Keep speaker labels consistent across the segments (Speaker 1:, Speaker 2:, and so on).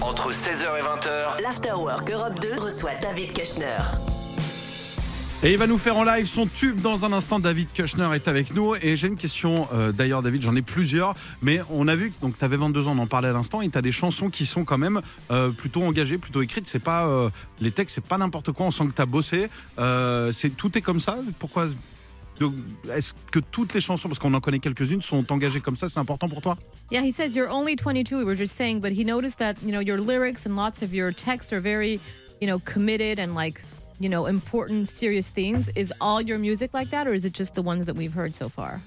Speaker 1: entre 16h et 20h.
Speaker 2: L'Afterwork Europe 2 reçoit David Kushner.
Speaker 3: Et il va nous faire en live son tube dans un instant. David Kushner est avec nous. Et j'ai une question, euh, d'ailleurs, David, j'en ai plusieurs. Mais on a vu que donc, tu avais 22 ans, on en parlait à l'instant. Et tu as des chansons qui sont quand même euh, plutôt engagées, plutôt écrites. C'est pas, euh, les textes, c'est pas n'importe quoi. On sent que tu as bossé. Euh, c'est, tout est comme ça. Pourquoi donc, Est-ce que toutes les chansons, parce qu'on en connaît quelques-unes, sont engagées comme ça C'est important pour toi
Speaker 4: Yeah, he says you're only 22. We were just saying, but he noticed that you know your lyrics and lots of your texts are very, you know, committed and like you know important, serious things. Is all your music like that, or is it just the ones that we've heard so far?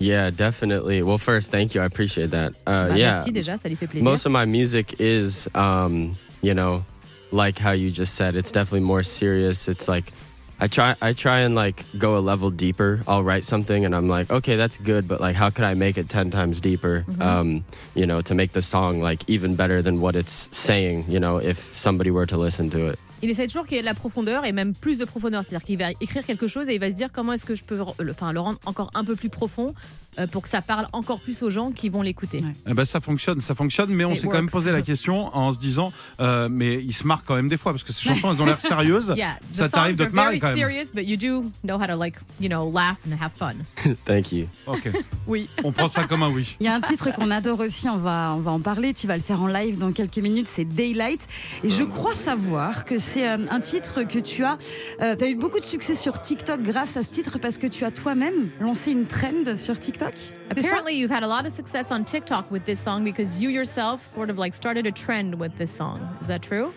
Speaker 5: Yeah, definitely. Well, first, thank you. I appreciate that. Uh,
Speaker 4: Bah,
Speaker 5: yeah,
Speaker 4: Merci déjà, ça lui fait plaisir.
Speaker 5: most of my music is, um, you know, like how you just said. It's definitely more serious. It's like I try, I try and like go a level deeper. I'll write something, and I'm like, okay, that's good, but like, how could I make it ten times deeper?
Speaker 4: Mm-hmm.
Speaker 5: Um, you know, to make the song like even better than what it's saying. You know, if somebody were to listen to it.
Speaker 4: Il essaie toujours qu'il y ait de la profondeur et même plus de profondeur. C'est-à-dire qu'il va écrire quelque chose et il va se dire comment est-ce que je peux le, enfin, le rendre encore un peu plus profond euh, pour que ça parle encore plus aux gens qui vont l'écouter.
Speaker 3: Eh ben, ça fonctionne, ça fonctionne, mais on
Speaker 4: It
Speaker 3: s'est quand même
Speaker 4: works.
Speaker 3: posé la question en se disant, euh, mais il se marre quand même des fois parce que ces chansons, elles ont l'air sérieuses.
Speaker 4: Yeah, the
Speaker 3: ça t'arrive de
Speaker 4: songs are
Speaker 3: te marrer
Speaker 4: very
Speaker 3: quand même.
Speaker 4: serious, but you do know how to like, you know, laugh and have fun.
Speaker 5: Thank you.
Speaker 3: Ok,
Speaker 4: Oui.
Speaker 3: on prend ça comme un oui.
Speaker 6: Il y a un titre qu'on adore aussi, on va, on va en parler, tu vas le faire en live dans quelques minutes, c'est Daylight. Et je crois savoir que c'est euh, un titre que tu as... tu as eu beaucoup de succès sur TikTok grâce à ce titre parce que tu as toi-même lancé une trend sur TikTok. c'est ça
Speaker 4: Apparently, you've had a lot of success on TikTok with this song because you yourself sort of like started a trend with this song. Is that true?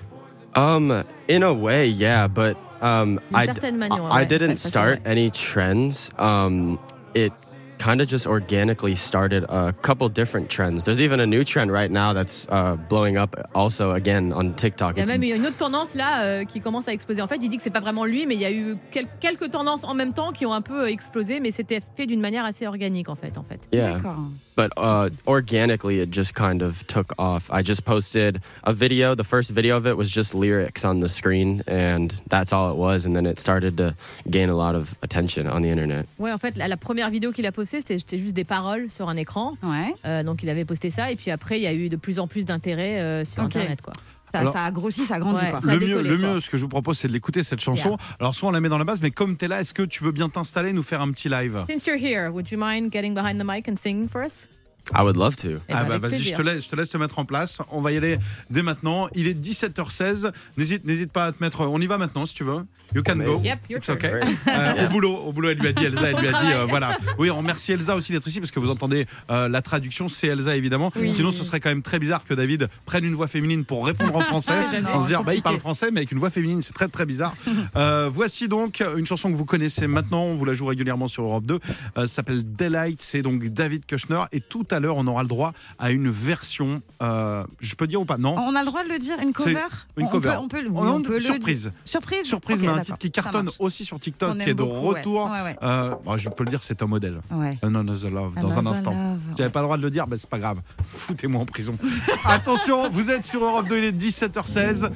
Speaker 5: Um, in a way, yeah, but um,
Speaker 4: D'une
Speaker 5: I,
Speaker 4: certaine manière,
Speaker 5: I
Speaker 4: ouais,
Speaker 5: didn't
Speaker 4: d'une certaine
Speaker 5: start
Speaker 4: manière.
Speaker 5: any trends. Um, it kind of just organically started a couple different trends. There's even a new trend right now that's uh, blowing up, also again on TikTok.
Speaker 4: Il y a
Speaker 5: It's-
Speaker 4: même eu une autre tendance là euh, qui commence à exploser. En fait, il dit que c'est pas vraiment lui, mais il y a eu quel- quelques tendances en même temps qui ont un peu euh, explosé, mais c'était fait d'une manière assez organique en fait. En fait.
Speaker 5: yeah,
Speaker 6: D'accord.
Speaker 5: but uh, organically it just kind of took off. I just posted a video. The first video of it was just lyrics on the screen, and that's all it was. And then it started to gain a lot of attention on the internet.
Speaker 4: Ouais, en fait, la, la première vidéo qu'il a postée, c'était c'était juste des paroles sur un écran.
Speaker 6: Ouais,
Speaker 4: Euh, donc il avait posté ça et puis après il y a eu de plus en plus d'intérêt euh, sur
Speaker 6: Ok.
Speaker 4: internet quoi.
Speaker 6: ça,
Speaker 3: Alors-
Speaker 6: ça a grossi, ça a grandi.
Speaker 4: Ouais.
Speaker 6: quoi.
Speaker 4: a
Speaker 3: Le mieux,
Speaker 4: décollé,
Speaker 3: le
Speaker 4: quoi.
Speaker 3: mieux, ce que je vous propose, c'est de l'écouter cette chanson.
Speaker 4: Yeah.
Speaker 3: Alors, soit on la met dans la base, mais comme t'es là, est-ce que tu veux bien t'installer, nous faire un petit live
Speaker 4: Since you're here, would you mind getting behind the mic and singing for us?
Speaker 5: I would love to.
Speaker 4: Eh ben,
Speaker 3: Ah bah
Speaker 4: avec
Speaker 3: vas-y, je
Speaker 4: plaisir.
Speaker 3: te, laisse, je te laisse te mettre en place. On va y aller dès maintenant. Il est 17h16. N'hésite, n'hésite pas à te mettre. On y va maintenant si tu veux. You can go.
Speaker 4: Yep, your
Speaker 3: It's
Speaker 4: turn.
Speaker 3: okay. Euh, Au boulot, au boulot, elle lui a dit Elsa, elle lui a dit euh, voilà. Oui, on remercie Elsa aussi d'être ici parce que vous entendez euh, la traduction, c'est Elsa évidemment. Sinon, ce serait quand même très bizarre que David prenne une voix féminine pour répondre en français.
Speaker 6: Ah,
Speaker 3: On se dire bah il parle français mais avec une voix féminine, c'est très très bizarre. Euh, voici donc une chanson que vous connaissez maintenant. On vous la joue régulièrement sur Europe 2. Euh, ça s'appelle Daylight. C'est donc David Kushner. Et tout à l'heure, on aura le droit à une version. euh, je peux dire ou pas Non.
Speaker 6: On a le droit de le dire, une cover
Speaker 3: une
Speaker 6: on, on
Speaker 3: cover.
Speaker 6: peut- On peut, le-
Speaker 3: Oh,
Speaker 6: oui,
Speaker 3: non,
Speaker 6: on peut le-
Speaker 3: surprise.
Speaker 6: Surprise
Speaker 3: Surprise,
Speaker 6: Ok,
Speaker 3: mais un
Speaker 6: d'accord,
Speaker 3: titre qui
Speaker 6: ça
Speaker 3: cartonne
Speaker 6: marche.
Speaker 3: aussi sur TikTok,
Speaker 6: On
Speaker 3: qui est
Speaker 6: aime
Speaker 3: de
Speaker 6: beaucoup, ouais.
Speaker 3: retour.
Speaker 6: Ouais, ouais.
Speaker 3: Euh, bon, je peux le dire, c'est un modèle.
Speaker 6: Ouais.
Speaker 3: Another Love, dans un
Speaker 6: Another
Speaker 3: instant.
Speaker 6: Love,
Speaker 3: J'avais pas le droit de le dire, ben c'est pas grave. Foutez-moi en prison. Attention, vous êtes sur Europe 2, il est 17h16.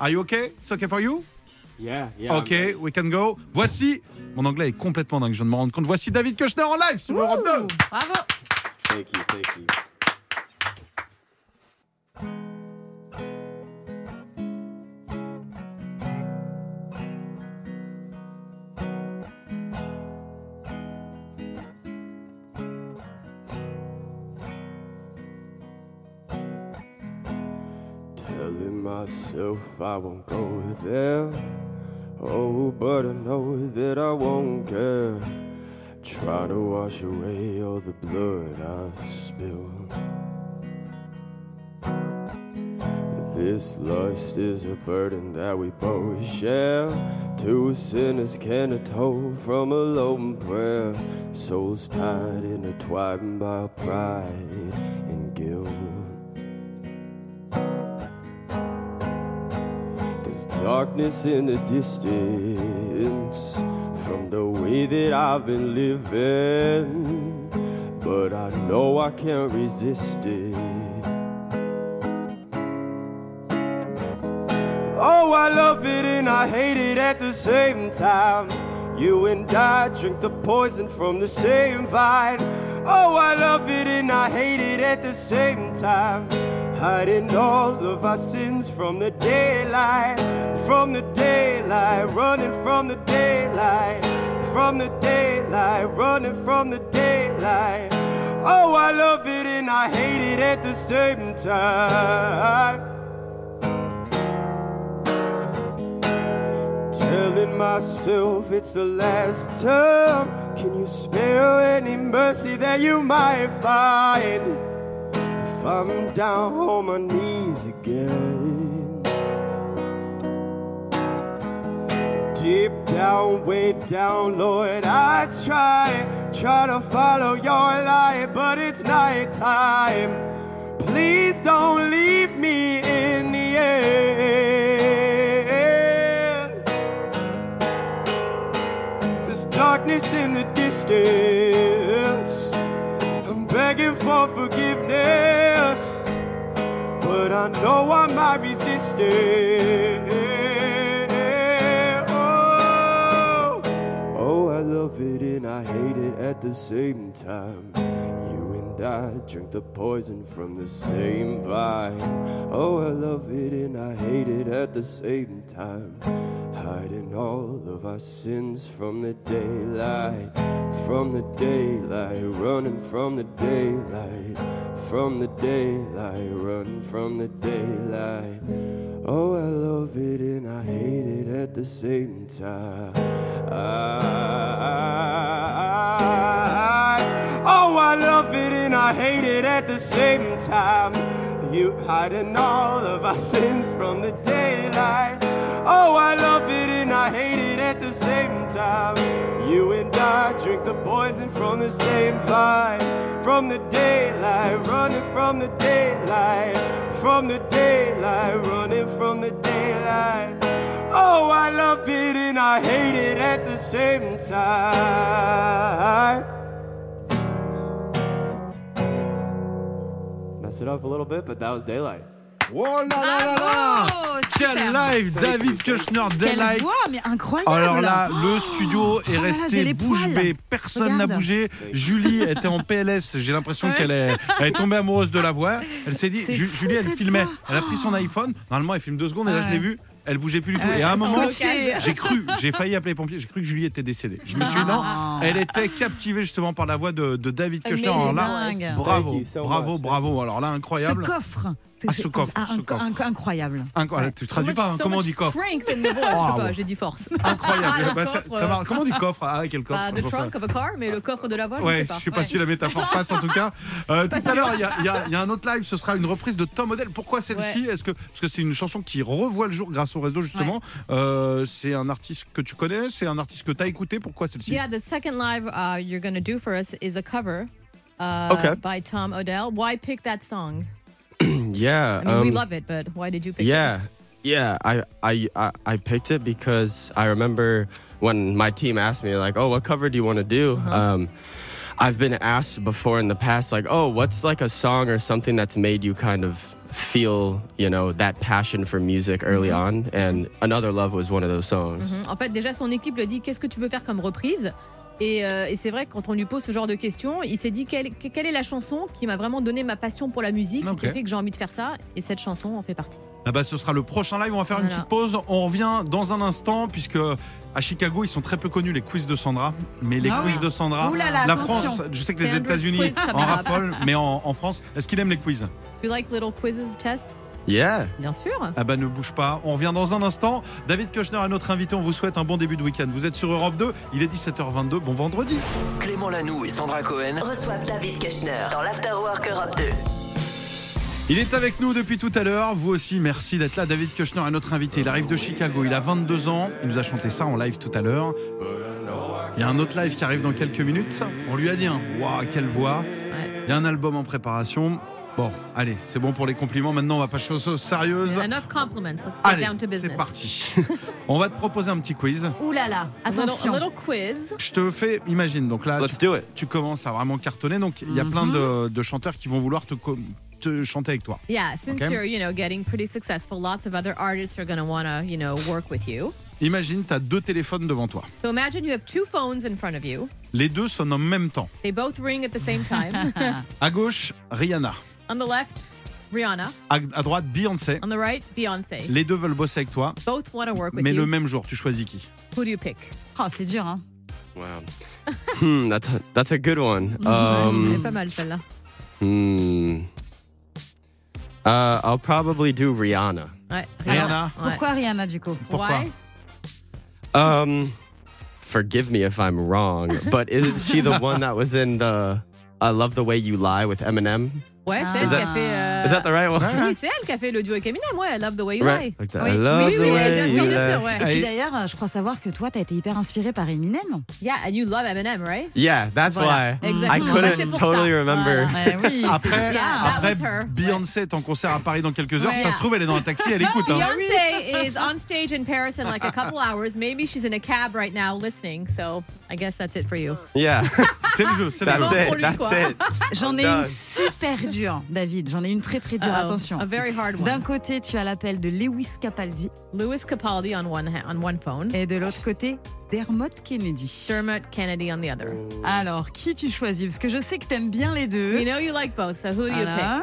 Speaker 3: Are you okay? It's okay for you?
Speaker 5: Yeah, yeah.
Speaker 3: Ok, we can go. Voici. Mon anglais est complètement dingue, je viens de me rendre compte. Voici David Kushner en live sur Europe 2.
Speaker 6: Bravo
Speaker 5: Thank you, thank you. Telling myself I won't go there. Oh, but I know that I won't care. Try to wash away all the blood I've spilled. This lust is a burden that we both share. Two sinners can atone from a lone prayer. Souls tied, intertwined by pride and guilt. There's darkness in the distance from the way that I've been living, but I know I can't resist it. Oh, I love it and I hate it at the same time. You and I drink the poison from the same vine. Oh, I love it and I hate it at the same time.
Speaker 1: hiding all of our sins from the daylight, from the daylight, running from the daylight, from the daylight, running from the daylight. Oh, I love it and I hate it at the same time. Telling myself it's the last time. Can you spare any mercy that you might find? If I'm down on my knees again. Deep down, way down, Lord, I try, try to follow your light, but it's night time. Please don't leave me in the end. There's darkness in the distance. I'm begging for forgiveness, but I know I might resist it. Oh, oh, I love it and I hate it at the same time. You and I drink the poison from the same vine. Oh, I love it and I hate it at the same time. Hiding all of our sins from the daylight, from the daylight, running from the daylight, from the daylight, running from the daylight. Oh, I love it and I hate it at the same time. Oh, I love it and I hate it at the same time. You hiding all of our sins from the daylight. Oh, I love it and I hate it at the same time. You and I drink the poison from the same vine, from the daylight, running from the daylight, from the daylight, running from the daylight. Oh, I love it and I hate it at the same time. Mess it up a little bit, but that was daylight.
Speaker 3: Oh là là là là
Speaker 6: Bravo, super.
Speaker 3: Quel live David Kushner,
Speaker 6: Quelle
Speaker 3: Daylight
Speaker 6: voix, mais incroyable
Speaker 3: alors là, le studio
Speaker 6: Oh
Speaker 3: est
Speaker 6: là là, j'ai
Speaker 3: resté
Speaker 6: les
Speaker 3: bouche
Speaker 6: poils.
Speaker 3: bée, personne n'a
Speaker 6: Regarde.
Speaker 3: bougé. Julie était en PLS, j'ai l'impression qu'elle est, elle est tombée amoureuse de la voix. Elle s'est dit,
Speaker 6: C'est
Speaker 3: Ju-
Speaker 6: fou,
Speaker 3: Julie, elle
Speaker 6: cette
Speaker 3: filmait,
Speaker 6: voix.
Speaker 3: elle a pris son iPhone, normalement elle filme deux secondes et là je l'ai vue, elle bougeait plus du tout. Et à un moment,
Speaker 6: scotchée.
Speaker 3: j'ai cru, j'ai failli appeler les pompiers, j'ai cru que Julie était décédée. Je me suis dit, non,
Speaker 6: Ah.
Speaker 3: elle était captivée justement par la voix de, de David Kushner. Alors là,
Speaker 6: dingue.
Speaker 3: bravo,
Speaker 1: Thank you so much.
Speaker 3: bravo, bravo. Alors là,
Speaker 6: Ce
Speaker 3: incroyable.
Speaker 6: coffre. C'est-
Speaker 3: Ah, ce
Speaker 6: c'est-
Speaker 3: coffre,
Speaker 6: ah,
Speaker 3: ce
Speaker 6: inc-
Speaker 3: coffre.
Speaker 6: inc- Incroyable.
Speaker 3: Inco- Tu traduis pas, hein, comment on dit coffre
Speaker 4: Strength in the voice.
Speaker 3: Ah,
Speaker 4: je sais
Speaker 3: bon.
Speaker 4: pas, j'ai dit force.
Speaker 3: Incroyable.
Speaker 4: Ah, le
Speaker 3: Bah, ça,
Speaker 4: coffre,
Speaker 3: ça
Speaker 4: euh,
Speaker 3: marche. Comment on dit coffre Ah, quel coffre
Speaker 4: Bah, the
Speaker 3: J'en sais rien.
Speaker 4: trunk of a car, mais le coffre de la voix,
Speaker 3: Ouais,
Speaker 4: je
Speaker 3: je
Speaker 4: sais
Speaker 3: sais
Speaker 4: pas.
Speaker 3: pas si la métaphore passe en tout cas. Euh, tout à l'heure, il y a- il y, a- il y a un autre live, ce sera une reprise de Tom Model. Pourquoi celle-ci Est-ce que parce que c'est une chanson qui revoit le jour grâce au réseau justement. Euh, c'est un artiste que tu connais, c'est un artiste que tu as écouté. Pourquoi celle-ci
Speaker 4: Yeah, the second live uh, you're going to do for us is a cover uh,
Speaker 5: Okay.
Speaker 4: by Tom Odell. Why pick that song?
Speaker 5: Yeah.
Speaker 4: I mean, we
Speaker 5: um,
Speaker 4: love it, but why did you pick it?
Speaker 5: Yeah, yeah. I, I I I picked it because I remember when my team asked me like, "Oh, what cover do you want to do?" Um, I've been asked before in the past like, "Oh, what's like a song or something that's made you kind of feel you know that passion for music early on?" And Another Love was one of those songs.
Speaker 4: Mm, En fait, déjà, son équipe le dit qu'est-ce que tu veux faire comme reprise et, euh, et c'est vrai que quand on lui pose ce genre de questions, il s'est dit quelle, que- quelle est la chanson qui m'a vraiment donné ma passion pour la musique,
Speaker 3: Ok.
Speaker 4: qui fait que j'ai envie de faire ça, et cette chanson en fait partie.
Speaker 3: Ah bah, ce sera le prochain live. On va faire une
Speaker 4: Voilà.
Speaker 3: petite pause. On revient dans un instant puisque. À Chicago, ils sont très peu connus, les quiz de Sandra. Mais les
Speaker 6: Ah
Speaker 3: quiz
Speaker 6: oui.
Speaker 3: de Sandra,
Speaker 6: Ouh là là,
Speaker 3: la
Speaker 6: attention.
Speaker 3: France, je sais que les
Speaker 4: Andrew
Speaker 3: États-Unis
Speaker 4: Quiz, ça
Speaker 3: en
Speaker 4: me
Speaker 3: raffolent, mais en, en France, est-ce qu'il aime les quiz
Speaker 4: You like little quizzes, tests
Speaker 5: Yeah.
Speaker 4: Bien sûr.
Speaker 3: Ah bah ne bouge pas, on revient dans un instant. David Kochner est notre invité, on vous souhaite un bon début de week-end. Vous êtes sur Europe 2, il est 17h22, bon vendredi.
Speaker 7: Clément Lanoux et Sandra Cohen.
Speaker 2: Reçoivent David Keshner dans l'Afterwork Europe 2.
Speaker 3: Il est avec nous depuis tout à l'heure, vous aussi merci d'être là. David Kochner est notre invité, il arrive de Chicago, il a 22 ans, il nous a chanté ça en live tout à l'heure. Il y a un autre live qui arrive dans quelques minutes, on lui a dit, hein, waouh quelle voix, il y a un album en préparation. Bon, allez, c'est bon pour les compliments, maintenant on va passer aux choses sérieuses.
Speaker 4: Enough compliments. Let's get
Speaker 3: Allez,
Speaker 4: down to business.
Speaker 3: c'est parti. on va te proposer un petit quiz.
Speaker 6: Ouh là là,
Speaker 4: A little-
Speaker 6: attention.
Speaker 4: a little quiz.
Speaker 3: Je te fais, imagine, donc là,
Speaker 5: Let's
Speaker 3: tu,
Speaker 5: do it.
Speaker 3: tu commences à vraiment cartonner, donc
Speaker 4: Mhm.
Speaker 3: il y a plein de, de chanteurs qui vont vouloir te, co- te chanter avec toi.
Speaker 4: Yeah, since
Speaker 3: Okay.
Speaker 4: you're, you know, getting pretty successful, lots of other artists are going to want to, you know, work with you.
Speaker 3: Imagine, tu as deux téléphones devant toi.
Speaker 4: So imagine you have two phones in front of you.
Speaker 3: Les deux sonnent en même temps.
Speaker 4: They both ring at the same time.
Speaker 3: À gauche, Rihanna.
Speaker 4: On the left, Rihanna.
Speaker 3: à, à droite Beyoncé.
Speaker 4: On the right, Beyonce.
Speaker 3: Les deux veulent bosser avec toi,
Speaker 4: Both want to work with
Speaker 3: mais le
Speaker 4: you.
Speaker 3: même jour, tu choisis qui
Speaker 4: Who do you pick?
Speaker 6: Oh, c'est dur, hein.
Speaker 5: Wow. hmm, that's a, that's a good one.
Speaker 4: Elle est
Speaker 5: Um,
Speaker 4: pas mal celle-là.
Speaker 5: hmm. Uh, I'll probably do Rihanna.
Speaker 4: Ouais.
Speaker 3: Rihanna.
Speaker 4: Ouais.
Speaker 6: Pourquoi Rihanna, du coup
Speaker 3: Pourquoi
Speaker 4: Why?
Speaker 5: Um, forgive me if I'm wrong, but isn't she the one that was in the "I Love the Way You Lie" with Eminem?
Speaker 4: Ouais, c'est
Speaker 6: Ah.
Speaker 4: elle qui a fait. euh,
Speaker 5: Is that the right one?
Speaker 4: Oui, c'est elle qui a fait le duo avec Eminem. Ouais, I love the way you
Speaker 5: Right.
Speaker 4: lie.
Speaker 5: Like that.
Speaker 6: Oui.
Speaker 5: I love
Speaker 4: Oui,
Speaker 5: the
Speaker 4: oui,
Speaker 5: way
Speaker 4: bien
Speaker 5: you
Speaker 4: sûr, bien
Speaker 5: lie.
Speaker 4: sûr, ouais.
Speaker 6: Et puis
Speaker 3: Et-
Speaker 6: d'ailleurs, euh, je crois savoir que toi, t'as été hyper inspiré par Eminem.
Speaker 4: Yeah, and you love Eminem, right?
Speaker 5: Yeah, that's
Speaker 4: Voilà.
Speaker 5: why.
Speaker 4: Exactement.
Speaker 5: I
Speaker 4: Bah, c'est
Speaker 5: couldn't
Speaker 4: pour
Speaker 5: totally
Speaker 4: ça.
Speaker 5: remember.
Speaker 6: Eh oui,
Speaker 3: Après,
Speaker 6: c'est ça.
Speaker 4: Ah,
Speaker 3: après
Speaker 4: that was her.
Speaker 3: Beyoncé est en concert à Paris dans quelques heures.
Speaker 4: Ouais.
Speaker 3: Ça se trouve, elle est dans un taxi, elle écoute. hein.
Speaker 4: Beyonce is on stage in Paris in like a couple hours. Maybe she's in a cab right now listening. So I guess that's it for you.
Speaker 5: Yeah,
Speaker 3: C'est le jeu, c'est le
Speaker 5: that's
Speaker 3: jeu.
Speaker 5: it. That's it.
Speaker 6: J'en ai
Speaker 5: Oh,
Speaker 6: une
Speaker 5: dingue.
Speaker 6: super dure, David. J'en ai une très très dure.
Speaker 4: Uh-oh.
Speaker 6: Attention.
Speaker 4: A Ah, very hard
Speaker 6: D'un
Speaker 4: one.
Speaker 6: côté, tu as l'appel de Lewis Capaldi
Speaker 4: Louis Capaldi on one ha- on one phone.
Speaker 6: et de l'autre côté, Dermot Kennedy.
Speaker 4: Dermot Kennedy on the other.
Speaker 6: Alors, qui tu choisis Parce que je sais que t'aimes bien les deux.
Speaker 4: We know you like both, so who do you pick?
Speaker 6: Voilà.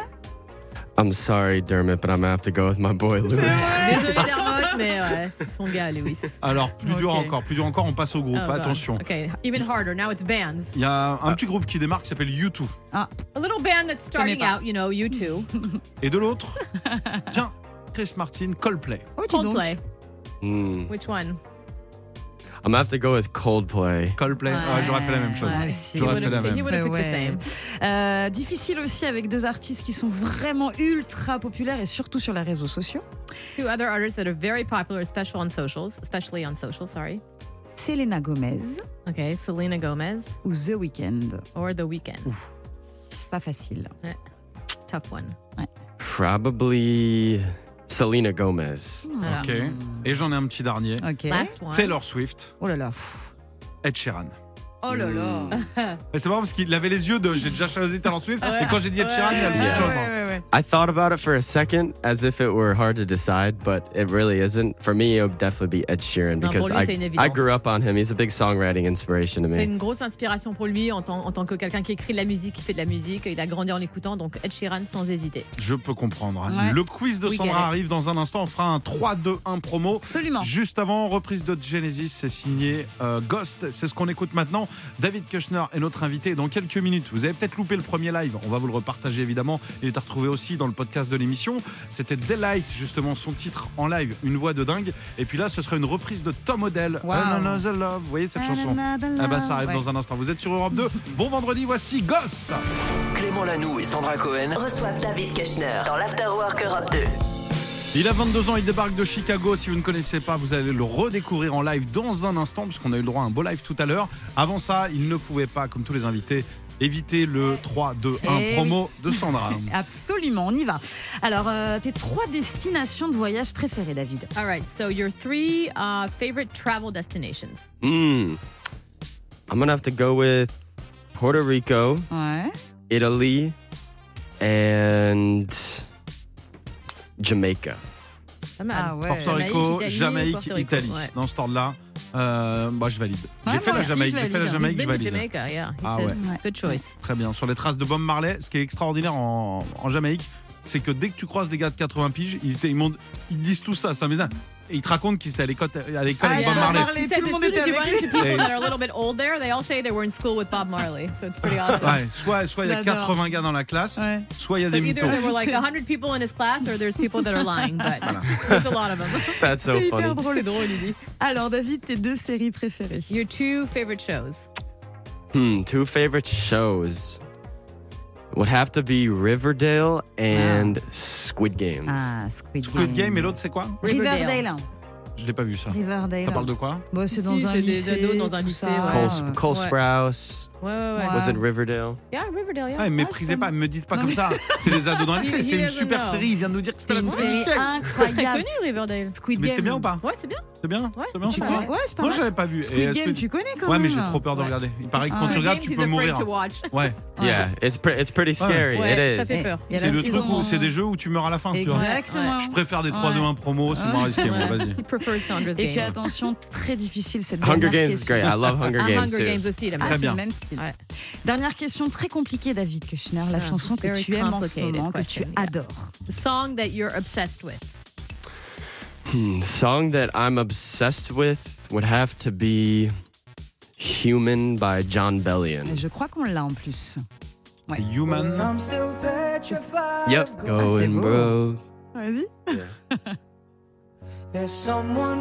Speaker 5: I'm sorry, Dermot, but I'm gonna have to go with my boy Louis.
Speaker 4: Désolé Dermot, mais ouais, c'est son gars, Louis.
Speaker 3: Alors, plus dur
Speaker 6: Ok.
Speaker 3: encore, plus dur encore, on passe au groupe.
Speaker 4: Oh, God.
Speaker 3: Attention.
Speaker 4: Okay, even harder. Now it's bands.
Speaker 3: Il y a un petit groupe qui démarque qui s'appelle U2.
Speaker 4: A little band that's starting
Speaker 6: Connais pas.
Speaker 4: out, you know, you two.
Speaker 3: Et de l'autre, tiens, Chris Martin, Coldplay.
Speaker 6: Oh, dis donc.
Speaker 4: Coldplay.
Speaker 5: Hmm.
Speaker 4: Which one?
Speaker 5: I'm gonna have to go with Coldplay.
Speaker 3: Coldplay,
Speaker 6: Ouais.
Speaker 3: Ah, j'aurais fait la même chose.
Speaker 6: Ouais, si.
Speaker 4: He
Speaker 3: J'aurais
Speaker 4: would
Speaker 3: fait la
Speaker 4: have
Speaker 3: même.
Speaker 4: picked the
Speaker 6: Bah Ouais.
Speaker 4: same.
Speaker 6: Euh, difficile aussi avec deux artistes qui sont vraiment ultra populaires et surtout sur les réseaux sociaux.
Speaker 4: Two other artists that are very popular, especially on socials, especially on social, sorry.
Speaker 6: Selena Gomez
Speaker 4: Okay, Selena Gomez
Speaker 6: ou The Weeknd.
Speaker 4: or The Weeknd.
Speaker 6: Pas facile.
Speaker 4: Tough one.
Speaker 5: Probably Selena Gomez.
Speaker 4: Alors,
Speaker 3: Ok. Et j'en ai un petit dernier.
Speaker 6: Ok.
Speaker 4: Last one.
Speaker 3: Taylor Swift,
Speaker 6: Oh là là. Pff.
Speaker 3: Ed Sheeran.
Speaker 6: Oh là là.
Speaker 3: Mmh. Mais c'est marrant parce qu'il avait les yeux de j'ai déjà choisi Taylor Swift et quand j'ai dit Ed Sheeran, il a le
Speaker 4: ouais,
Speaker 6: Ah
Speaker 3: petit
Speaker 5: ouais,
Speaker 3: changement.
Speaker 5: I thought about it for a second as if it were hard to decide, but it really isn't. For me, it would definitely be Ed Sheeran
Speaker 4: No,
Speaker 5: because
Speaker 4: pour lui, c'est une
Speaker 5: I,
Speaker 4: évidence.
Speaker 5: I grew up on him. He's a big songwriting inspiration to
Speaker 4: C'est
Speaker 5: me.
Speaker 4: une grosse inspiration pour lui en tant, en tant que quelqu'un qui écrit de la musique, qui fait de la musique. Il a grandi en l'écoutant, donc Ed Sheeran sans hésiter.
Speaker 3: Je peux comprendre. hein.
Speaker 6: Ouais.
Speaker 3: Le quiz de
Speaker 4: We get
Speaker 3: Sandra
Speaker 4: it.
Speaker 3: arrive dans un instant. On fera un 3-2-1 promo.
Speaker 6: Absolument.
Speaker 3: Juste avant, reprise de Genesis, c'est signé euh, Ghost. C'est ce qu'on écoute maintenant. David Kushner est notre invité dans quelques minutes. Vous avez peut-être loupé le premier live. On va vous le repartager évidemment. Il est à retrouver aussi dans le podcast de l'émission. C'était Daylight, justement, son titre en live. Une voix de dingue. Et puis là, ce sera une reprise de Tom Odell.
Speaker 6: Wow.
Speaker 3: Another Love. Vous voyez cette chanson Ah bah ça arrive
Speaker 6: Ouais.
Speaker 3: dans un instant. Vous êtes sur Europe 2. Bon vendredi, voici Ghost.
Speaker 7: Clément Lanoux et Sandra Cohen
Speaker 2: Reçoivent David Keshner dans l'Afterwork Europe 2.
Speaker 3: Il a 22 ans, il débarque de Chicago. Si vous ne connaissez pas, vous allez le redécouvrir en live dans un instant, puisqu'on a eu le droit à un beau live tout à l'heure. Avant ça, il ne pouvait pas, comme tous les invités, éviter le 3, 2, 1
Speaker 6: Eh
Speaker 3: promo de Sandra.
Speaker 6: Absolument, on y va. Alors, euh, tes trois destinations de voyage préférées, David
Speaker 4: All right, so your three uh, favorite travel destinations.
Speaker 5: Hmm. I'm gonna have to go with Puerto Rico,
Speaker 6: Ouais.
Speaker 5: Italy, and Jamaica.
Speaker 4: Pas mal.
Speaker 6: Ah ouais.
Speaker 3: Porto Rico,
Speaker 4: Jamaïque, Italie,
Speaker 3: Jamaïque,
Speaker 4: Porto
Speaker 3: Italie.
Speaker 4: Rico, ouais.
Speaker 3: Dans ce ordre-là, euh, bah, je valide.
Speaker 6: Ouais,
Speaker 3: j'ai
Speaker 6: Ah, moi
Speaker 3: fait la
Speaker 6: aussi,
Speaker 3: Jamaïque,
Speaker 6: je
Speaker 3: j'ai fait la
Speaker 4: He's
Speaker 6: valide.
Speaker 3: Jamaïque, je
Speaker 4: been to
Speaker 3: valide.
Speaker 4: Jamaica, yeah. He
Speaker 3: Ah
Speaker 4: says,
Speaker 3: ouais.
Speaker 6: Ouais.
Speaker 4: Good choice.
Speaker 3: Très bien. Sur les traces de Bob Marley, ce qui est extraordinaire en, en Jamaïque, c'est que dès que tu croises des gars de 80 piges, ils, étaient- ils, montent- ils disent tout ça, ça m'énerve. Et ils te racontent qu'ils étaient à l'école à l'école
Speaker 6: Ah,
Speaker 3: avec
Speaker 6: il y a
Speaker 3: Bob
Speaker 6: Bob
Speaker 3: Marley.
Speaker 6: Marley,
Speaker 4: uh, He
Speaker 6: tout
Speaker 4: says
Speaker 6: le
Speaker 4: as
Speaker 6: monde
Speaker 4: soon
Speaker 6: était
Speaker 4: as you
Speaker 6: avec
Speaker 4: run
Speaker 6: lui.
Speaker 4: into people that are a little bit old there, they all say they were in school with Bob Marley. So it's pretty awesome.
Speaker 3: Ouais, soit soit il y a
Speaker 6: J'adore.
Speaker 3: 80 gars dans la classe,
Speaker 6: Ouais.
Speaker 3: soit il y a
Speaker 4: So
Speaker 3: des
Speaker 4: either
Speaker 3: mythos.
Speaker 4: there were like 100 people in his class or there's people that are lying, but there's a lot of them.
Speaker 5: That's so
Speaker 6: C'est hyper
Speaker 5: funny.
Speaker 6: drôle.
Speaker 4: drôle, il dit.
Speaker 6: Alors, David, tes deux séries préférées
Speaker 4: Your two favorite shows.
Speaker 5: Hmm. Two favorite shows would have to be Riverdale
Speaker 4: Ah.
Speaker 5: and Squid Games.
Speaker 6: Ah, Squid,
Speaker 3: Squid Game et l'autre c'est quoi
Speaker 6: Riverdale.
Speaker 3: Je l'ai pas vu ça.
Speaker 6: Riverdale.
Speaker 3: Ça parle de quoi
Speaker 6: Bon, Bah, c'est
Speaker 4: Si,
Speaker 6: dans un
Speaker 4: c'est des
Speaker 6: lycée.
Speaker 4: ados dans un
Speaker 6: tout
Speaker 4: lycée,
Speaker 6: ça.
Speaker 4: ouais.
Speaker 5: Cole,
Speaker 6: Ouais.
Speaker 5: Cole
Speaker 4: Ouais.
Speaker 5: Sprouse
Speaker 4: Ouais, ouais, ouais.
Speaker 6: Ouais.
Speaker 5: was in Riverdale.
Speaker 4: Yeah, Riverdale, yeah.
Speaker 3: ah,
Speaker 4: Ouais,
Speaker 3: méprisez pas, me dites pas comme ça. C'est les ados dans le lycée,
Speaker 4: Il-
Speaker 3: c'est
Speaker 4: il
Speaker 3: une
Speaker 4: est
Speaker 3: super
Speaker 4: honneur.
Speaker 3: série. Il vient de nous dire que c'était
Speaker 6: C'est
Speaker 3: la
Speaker 6: une
Speaker 3: série du
Speaker 6: série
Speaker 3: siècle.
Speaker 4: C'est très
Speaker 6: incroyable.
Speaker 4: connu, Riverdale.
Speaker 6: Squid
Speaker 3: Mais c'est
Speaker 6: Game.
Speaker 3: bien ou pas
Speaker 4: Ouais, c'est bien.
Speaker 3: C'est bien
Speaker 4: Ouais,
Speaker 3: C'est bien.
Speaker 4: tu
Speaker 3: ou
Speaker 4: vois.
Speaker 3: pas
Speaker 6: Ouais, c'est pas
Speaker 3: Moi
Speaker 6: mal.
Speaker 3: j'avais pas vu. Et,
Speaker 6: Squid
Speaker 3: euh,
Speaker 6: Game,
Speaker 3: Squid-
Speaker 6: tu connais quand
Speaker 3: Ouais,
Speaker 6: même.
Speaker 3: mais j'ai trop peur de regarder. Il paraît que quand
Speaker 6: Ouais.
Speaker 3: tu
Speaker 6: Squid
Speaker 3: regardes,
Speaker 4: Games,
Speaker 3: tu
Speaker 4: he's
Speaker 3: peux
Speaker 4: afraid
Speaker 3: mourir.
Speaker 4: to watch.
Speaker 3: Ouais.
Speaker 5: Yeah, it's pre- it's pretty scary.
Speaker 4: Ouais, ça
Speaker 5: It
Speaker 4: fait
Speaker 5: is.
Speaker 4: peur.
Speaker 6: Il y a
Speaker 3: C'est
Speaker 6: la
Speaker 3: le
Speaker 6: saison
Speaker 3: truc où
Speaker 6: un.
Speaker 3: c'est des jeux où tu meurs à la fin. tu vois.
Speaker 6: Exactement.
Speaker 4: Ouais.
Speaker 3: Je préfère des
Speaker 6: Ouais.
Speaker 3: 3-2-1 promo, c'est moins risqué.
Speaker 4: Ouais.
Speaker 3: Bon, vas-y.
Speaker 4: He prefers Sandra's
Speaker 6: Et puis
Speaker 4: Game.
Speaker 6: attention, très difficile cette
Speaker 5: Hunger
Speaker 6: dernière
Speaker 5: Games is
Speaker 6: question.
Speaker 5: great. I love Hunger
Speaker 4: Ah,
Speaker 5: Games
Speaker 4: Hunger
Speaker 5: too.
Speaker 4: Games aussi, il aime bien.
Speaker 6: Ah, c'est
Speaker 3: bien.
Speaker 6: le même style. facile.
Speaker 4: Ouais.
Speaker 6: Dernière question très compliquée, David Kushner. La
Speaker 4: Ah,
Speaker 6: chanson que
Speaker 4: very
Speaker 6: tu aimes en ce
Speaker 4: complicated
Speaker 6: moment, que tu
Speaker 4: question, yeah.
Speaker 6: adores.
Speaker 4: Song that you're obsessed with.
Speaker 5: Hmm, song that I'm obsessed with would have to be Human by John
Speaker 6: Et
Speaker 5: Bellion.
Speaker 6: Je crois qu'on l'a en plus.
Speaker 3: Human.
Speaker 5: Yep. Going
Speaker 6: beau.
Speaker 5: broke.
Speaker 6: Vas-y.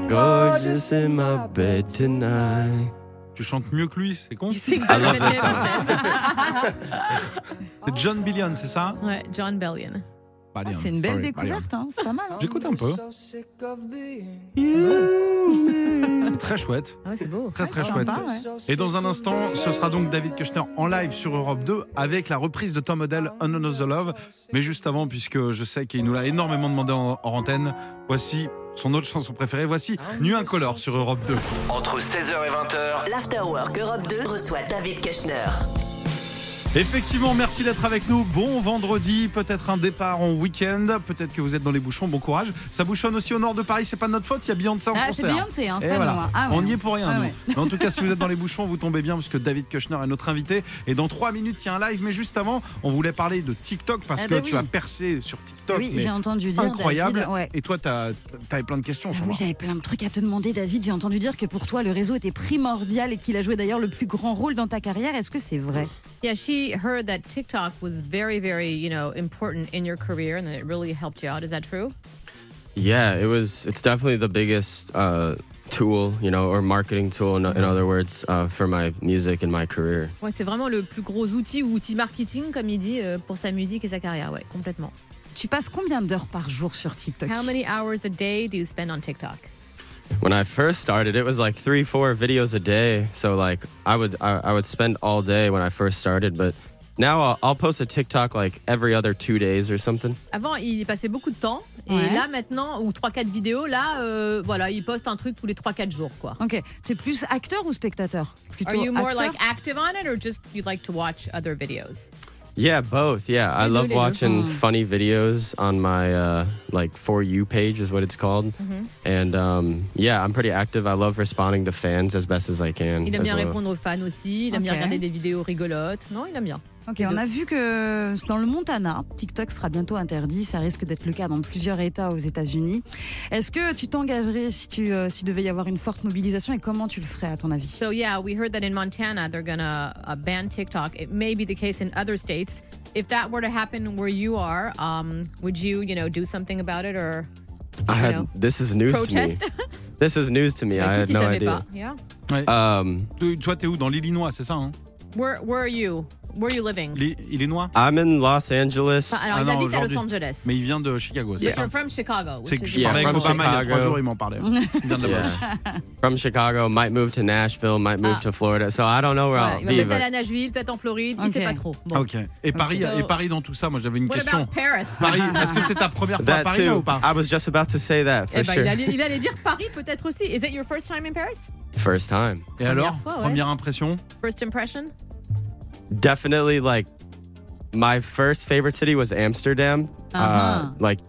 Speaker 5: Gorgeous in my bed tonight.
Speaker 3: Tu chantes mieux que lui, c'est con.
Speaker 4: You sing
Speaker 5: I love
Speaker 4: better
Speaker 5: this
Speaker 4: than him.
Speaker 3: C'est John Billion, c'est ça
Speaker 4: Ouais, John Bellion.
Speaker 6: Ah,
Speaker 3: Billion,
Speaker 6: c'est une belle
Speaker 3: sorry, Billion.
Speaker 6: découverte, hein. c'est pas mal. hein.
Speaker 3: J'écoute un peu. Ah Très chouette.
Speaker 4: Ah ouais, c'est beau.
Speaker 3: Très très
Speaker 6: Ouais,
Speaker 3: chouette.
Speaker 6: sympa, ouais.
Speaker 3: Et dans un instant, ce sera donc David Kushner en live sur Europe 2 avec la reprise de Tom Odell, On Another Love. Mais juste avant, puisque je sais qu'il nous l'a énormément demandé en, en antenne, voici son autre chanson préférée. Voici
Speaker 6: Ah
Speaker 3: Nu Incolore sur Europe 2.
Speaker 7: Entre 16h et 20h,
Speaker 2: L'Afterwork Europe 2 reçoit David Kechner.
Speaker 3: Effectivement, merci d'être avec nous. Bon vendredi, peut-être un départ en week-end, peut-être que vous êtes dans les bouchons, bon courage. Ça bouchonne aussi au nord de Paris, c'est pas de notre faute, il y a Beyoncé en
Speaker 6: Ah, c'est
Speaker 3: concert.
Speaker 6: Beyoncé, hein, c'est
Speaker 3: Et
Speaker 6: pas
Speaker 3: voilà.
Speaker 6: nous, hein. Ah ouais.
Speaker 3: On y est pour rien.
Speaker 6: Ah
Speaker 3: nous.
Speaker 6: ouais.
Speaker 3: Mais en tout cas, si vous êtes dans les bouchons, vous tombez bien parce que David Kushner est notre invité. Et dans trois minutes, il y a un live. Mais juste avant, on voulait parler de TikTok parce
Speaker 6: Ah
Speaker 3: que
Speaker 6: bah
Speaker 3: tu
Speaker 6: oui.
Speaker 3: as percé sur TikTok.
Speaker 6: Oui,
Speaker 3: mais
Speaker 6: j'ai entendu dire.
Speaker 3: incroyable.
Speaker 6: David, ouais.
Speaker 3: Et toi, tu as, plein de questions. je
Speaker 6: Ah oui,
Speaker 3: crois.
Speaker 6: j'avais plein de trucs à te demander, David. J'ai entendu dire que pour toi, le réseau était primordial et qu'il a joué d'ailleurs le plus grand rôle dans ta carrière. Est-ce que c'est vrai
Speaker 4: Yeah, she heard that TikTok was very, very, you know, important in your career and that it really helped you out. Is that true?
Speaker 5: Yeah, it was. It's definitely the biggest uh, tool, you know, or marketing tool, in, in other words, uh, for my music and my career.
Speaker 4: Ouais, c'est vraiment le plus gros outil ou outil marketing, comme il dit, euh, pour sa musique et sa carrière. Ouais, complètement.
Speaker 6: Tu passes combien d'heures par jour sur TikTok
Speaker 4: How many hours a day do you spend on TikTok?
Speaker 5: When I first started, it was like three, four videos a day. So like, I would, I, I would spend all day when I first started, but now I'll, I'll post a TikTok like every other two days or something.
Speaker 4: Avant, il passait beaucoup de temps. Et
Speaker 6: Ouais.
Speaker 4: là, maintenant, ou 3-4 vidéos, là, euh, voilà, il poste un truc tous les 3-4 jours, quoi.
Speaker 6: Ok, t'es plus acteur ou spectateur Plutôt
Speaker 4: Are you more
Speaker 6: acteur
Speaker 4: like active on it or just you like to watch other videos?
Speaker 5: Yeah, both. Yeah,
Speaker 4: They
Speaker 5: I
Speaker 4: do,
Speaker 5: love
Speaker 4: they do.
Speaker 5: watching funny videos on my uh, like for you page is what it's called,
Speaker 4: Mm-hmm.
Speaker 5: and um, yeah, I'm pretty active. I love responding to fans as best as I can.
Speaker 4: Il aime
Speaker 5: as
Speaker 4: bien
Speaker 5: well.
Speaker 4: répondre aux fans aussi, il aime bien
Speaker 6: Ok.
Speaker 4: regarder des vidéos rigolotes. Non, il aime bien.
Speaker 6: Ok, on a vu que dans le Montana, TikTok sera bientôt interdit. Ça risque d'être le cas dans plusieurs États aux États-Unis. Est-ce que tu t'engagerais si tu euh, s'il devait y avoir une forte mobilisation et comment tu le ferais à ton avis
Speaker 4: So yeah, we heard that in Montana they're gonna uh, ban TikTok. It may be the case in other states. If that were to happen where you are, um, would you, you know, do something about it or
Speaker 5: I
Speaker 4: you
Speaker 5: had
Speaker 4: know,
Speaker 5: this is news
Speaker 4: protest?
Speaker 5: to me. This is news to me.
Speaker 4: Écoute,
Speaker 5: I had
Speaker 4: il
Speaker 5: no
Speaker 4: savait
Speaker 5: idea.
Speaker 4: pas. Yeah.
Speaker 3: Ouais.
Speaker 5: Um,
Speaker 3: Toi- Ah, Toi, t'es où Dans l'Illinois, c'est ça hein
Speaker 4: Where Where are you? Where are you living?
Speaker 3: L'I- Illinois
Speaker 5: I'm in Los Angeles.
Speaker 4: Enfin, alors,
Speaker 3: Ah
Speaker 4: il
Speaker 3: non,
Speaker 4: habite à
Speaker 3: aujourd'hui.
Speaker 4: Los Angeles.
Speaker 3: Mais il vient de Chicago, c'est
Speaker 4: But
Speaker 3: ça
Speaker 4: you're from Chicago.
Speaker 3: C'est
Speaker 4: Which
Speaker 3: que
Speaker 4: is
Speaker 3: je parlais
Speaker 5: Yeah,
Speaker 3: avec
Speaker 5: from
Speaker 3: Obama il y a trois
Speaker 5: Chicago.
Speaker 3: jours, il m'en parlait. Il vient de là-bas.
Speaker 5: Yeah. From Chicago, might move to Nashville, might move
Speaker 4: Ah.
Speaker 5: to Florida. So I don't know where
Speaker 4: Ouais,
Speaker 5: I'll
Speaker 4: il va peut-être aller
Speaker 5: be. Oh. But
Speaker 4: à Nashville, peut-être en Floride, il
Speaker 6: Ok.
Speaker 4: sait pas trop. Bon.
Speaker 3: Ah, Ok. Et Paris,
Speaker 4: So-
Speaker 3: et Paris dans tout ça, moi j'avais une
Speaker 4: What
Speaker 3: question.
Speaker 4: about Paris?
Speaker 3: Paris, est-ce que c'est ta première fois à
Speaker 5: that
Speaker 3: Paris là, ou
Speaker 5: too. Ah,
Speaker 3: pas
Speaker 5: I was just about to say that for
Speaker 4: Eh ben, il,
Speaker 5: sure.
Speaker 4: allait, il allait dire Paris peut-être aussi. Is it your first time in Paris?
Speaker 5: First time.
Speaker 3: Et alors,
Speaker 4: fois, ouais.
Speaker 3: première impression
Speaker 4: First impression?
Speaker 5: definitely like my first favorite city was Amsterdam. uh
Speaker 6: Uh-huh.
Speaker 5: like,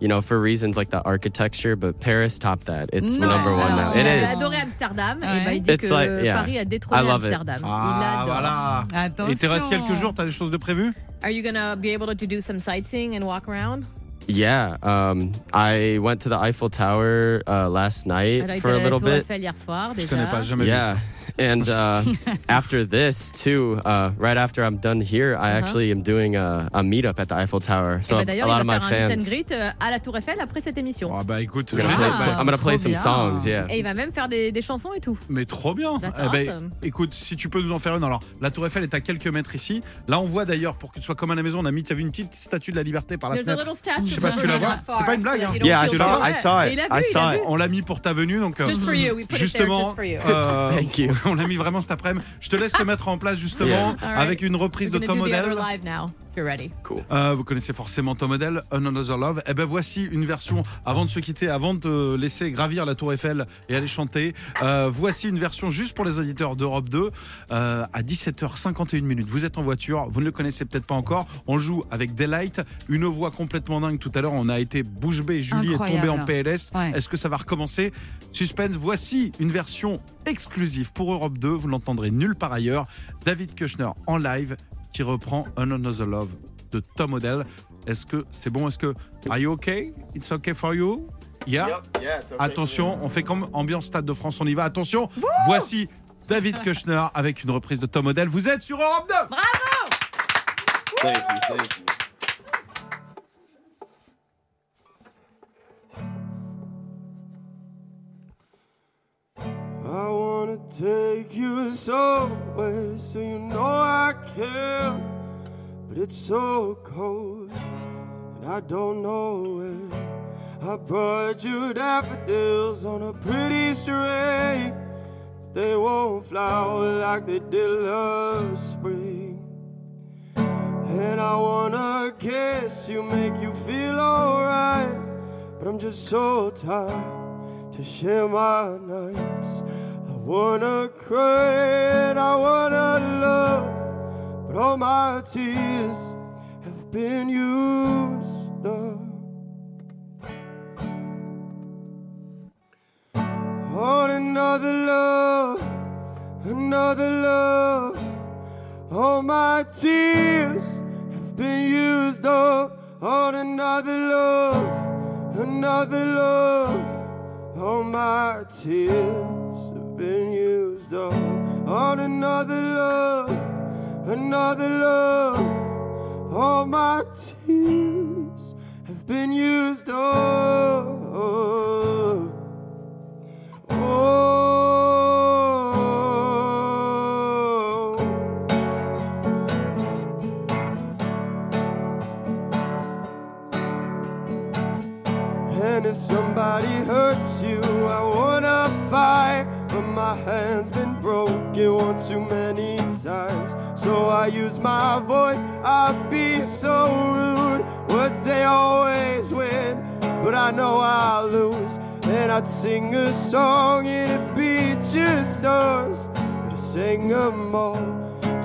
Speaker 5: you know, for reasons like the architecture, but Paris topped that. It's
Speaker 6: No.
Speaker 5: number one now. Ah, It
Speaker 4: il avait
Speaker 5: is.
Speaker 4: adoré Amsterdam. Et
Speaker 6: Ouais.
Speaker 4: bah, il dit
Speaker 5: It's
Speaker 4: que
Speaker 5: like- yeah.
Speaker 4: Paris a détrôné
Speaker 5: I love it.
Speaker 4: Amsterdam.
Speaker 3: Ah,
Speaker 4: il adore.
Speaker 3: voilà.
Speaker 6: Attention.
Speaker 3: Et t'es resté quelques jours, t'as des choses de prévues
Speaker 4: Are you gonna be able to do some sightseeing and walk around?
Speaker 5: Yeah. Um, I went to the Eiffel Tower uh, last
Speaker 4: Elle a
Speaker 5: night
Speaker 4: été
Speaker 5: for a
Speaker 4: à la
Speaker 5: little
Speaker 4: Tour
Speaker 5: bit.
Speaker 4: Eiffel hier soir
Speaker 3: Je
Speaker 4: déjà.
Speaker 3: connais pas, jamais
Speaker 5: Yeah. And uh, after this, too, uh, right after I'm done here, I actually am doing a, a meetup at the Eiffel Tower.
Speaker 4: Et
Speaker 5: So
Speaker 4: bah,
Speaker 5: a
Speaker 4: Uh-huh. Eh D'ailleurs,
Speaker 5: lot of
Speaker 4: il
Speaker 5: my
Speaker 4: va faire un meet and
Speaker 5: fans.
Speaker 4: greet Ah, euh, à la Tour Eiffel après cette
Speaker 3: vu.
Speaker 4: émission.
Speaker 3: Ah bah écoute,
Speaker 5: I'm gonna
Speaker 3: génial.
Speaker 5: play,
Speaker 3: Bah,
Speaker 5: I'm gonna play some
Speaker 6: trop bien.
Speaker 5: songs. Yeah.
Speaker 4: Et il va même faire des, des chansons et tout.
Speaker 3: Mais trop bien.
Speaker 4: That's
Speaker 3: Eh ben,
Speaker 4: awesome.
Speaker 3: écoute, si tu peux nous en faire une. Alors, la Tour Eiffel est à quelques mètres ici. Là, on voit d'ailleurs, pour que tu sois comme à la maison, on a mis, tu as vu une petite statue de la liberté par la
Speaker 4: There's a
Speaker 3: fenêtre.
Speaker 4: little statue.
Speaker 3: Je sais pas si tu la vois. C'est pas une blague, hein.
Speaker 5: Yeah, I
Speaker 4: Il
Speaker 5: saw it. I saw it.
Speaker 4: Il a
Speaker 5: I
Speaker 4: vu, il
Speaker 5: saw
Speaker 4: a
Speaker 5: it.
Speaker 4: vu.
Speaker 3: On l'a mis pour ta venue, donc. euh,
Speaker 4: Just for you. We put it there
Speaker 3: Justement,
Speaker 4: just for you.
Speaker 3: euh,
Speaker 5: Thank you.
Speaker 3: on l'a mis vraiment cet après-midi. Je te laisse le mettre en place justement
Speaker 5: Yeah.
Speaker 4: All right.
Speaker 3: avec une reprise
Speaker 4: We're
Speaker 3: de
Speaker 4: gonna
Speaker 3: Tom
Speaker 4: do the other
Speaker 3: O'Dell.
Speaker 4: live now. you're ready.
Speaker 3: Euh, vous connaissez forcément ton modèle, Another Love. Eh ben voici une version, avant de se quitter, avant de te laisser gravir la tour Eiffel et aller chanter, euh, voici une version juste pour les auditeurs d'Europe 2 euh, à 17h51 minutes. Vous êtes en voiture, vous ne le connaissez peut-être pas encore. On le joue avec Delight, une voix complètement dingue. Tout à l'heure, on a été bouche bée, Julie est tombée
Speaker 6: Incroyable.
Speaker 3: en PLS.
Speaker 6: Ouais.
Speaker 3: Est-ce que ça va recommencer Suspense, voici une version exclusive pour Europe 2, vous l'entendrez nulle part ailleurs. David Kushner en live qui reprend Another Love de Tom Odell. Est-ce que c'est bon Est-ce que Are you okay It's okay for you Yeah. Attention, on fait comme ambiance Stade de France, on y va. Attention, voici David Kushner avec une reprise de Tom Odell. Vous êtes sur Europe 2
Speaker 1: Thank you, thank you. I wanna take you somewhere so you know I care, but it's so cold and I don't know where. I brought you daffodils on a pretty string, they won't flower like they did last spring. And I wanna kiss you, make you feel alright. But I'm just so tired to share my nights. I wanna cry and I wanna love. But all my tears have been used up. On another love, another love. All my tears have been used up on another love, another love. All my tears have been used up on another love, another love. All my tears have been used Oh. up. Oh. And if somebody hurts you, I wanna fight. But my hand's been broken one too many times. So I use my voice, I be so rude. Words they always win, but I know I lose. And I'd sing a song, it'd be just us. But I sang them all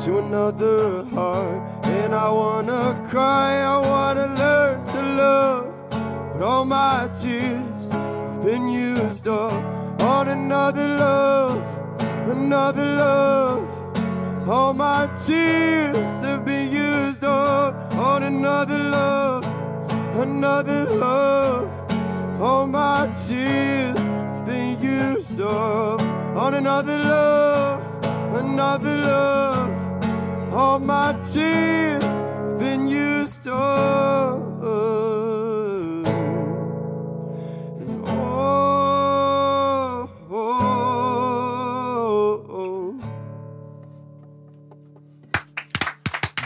Speaker 1: to another heart. And I wanna cry, I wanna learn to love. But all my tears have been used up on another love, another love. All my tears have been used up on another love, another love. All my tears have been used up on another love, another love. All my tears have been used up. Oh, oh, oh.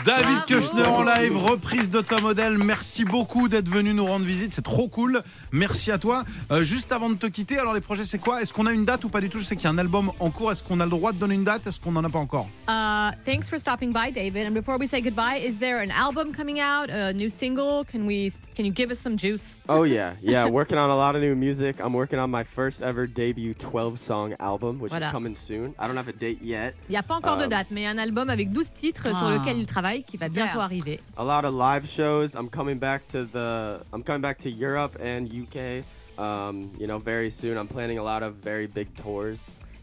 Speaker 3: David
Speaker 6: Bravo.
Speaker 3: Kushner en live, reprise de Tom Odell. Merci beaucoup d'être venu nous rendre visite, c'est trop cool. Merci à toi. Euh, juste avant de te quitter, alors les projets, c'est quoi Est-ce qu'on a une date ou pas du tout Je sais qu'il y a un album en cours. Est-ce qu'on a le droit de donner une date Est-ce qu'on n'en a pas encore
Speaker 4: Uh, thanks for stopping by, David. And before we say goodbye, is there an album coming out? A new single? Can we? Can you give us some juice?
Speaker 5: Oh yeah, yeah. Working on a lot of new music. I'm working on my first ever debut 12 song album, which
Speaker 4: Voilà.
Speaker 5: is coming soon. I don't have a date yet.
Speaker 4: Il n'y a pas encore de
Speaker 5: Euh,
Speaker 4: date, mais un album avec 12 titres sur
Speaker 6: Ah.
Speaker 4: lequel il travaille qui va bientôt
Speaker 6: Super.
Speaker 4: arriver.
Speaker 5: A lot of live shows. I'm coming back to the. I'm coming back to Europe and UK. Um, you know, very soon. I'm planning a lot of very big tours.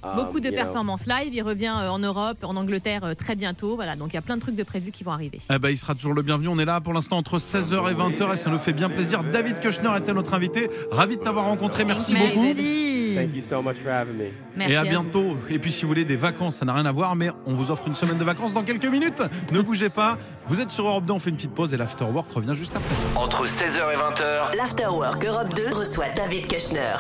Speaker 6: Ah,
Speaker 5: Um,
Speaker 4: Beaucoup de
Speaker 5: you know,
Speaker 4: performances live. Il revient euh, en Europe, en Angleterre euh, très bientôt. Voilà, donc il y a plein de trucs de prévus qui vont arriver.
Speaker 3: Eh ben, il sera toujours le bienvenu. On est là pour l'instant entre 16h et 20h et ça nous fait bien plaisir. David Kushner était notre invité. Ravi de t'avoir rencontré. Merci
Speaker 4: Merci.
Speaker 3: beaucoup.
Speaker 6: Merci.
Speaker 5: Thank you so much for having me.
Speaker 4: Merci.
Speaker 3: Et à
Speaker 4: vous.
Speaker 3: bientôt. Et puis si vous voulez des vacances, ça n'a rien à voir, mais on vous offre une semaine de vacances dans quelques minutes. Ne bougez pas. Vous êtes sur Europe 2, on fait une petite pause et l'afterwork revient juste après ça.
Speaker 7: Entre 16h et 20h,
Speaker 2: L'Afterwork Europe 2 reçoit David Kechner.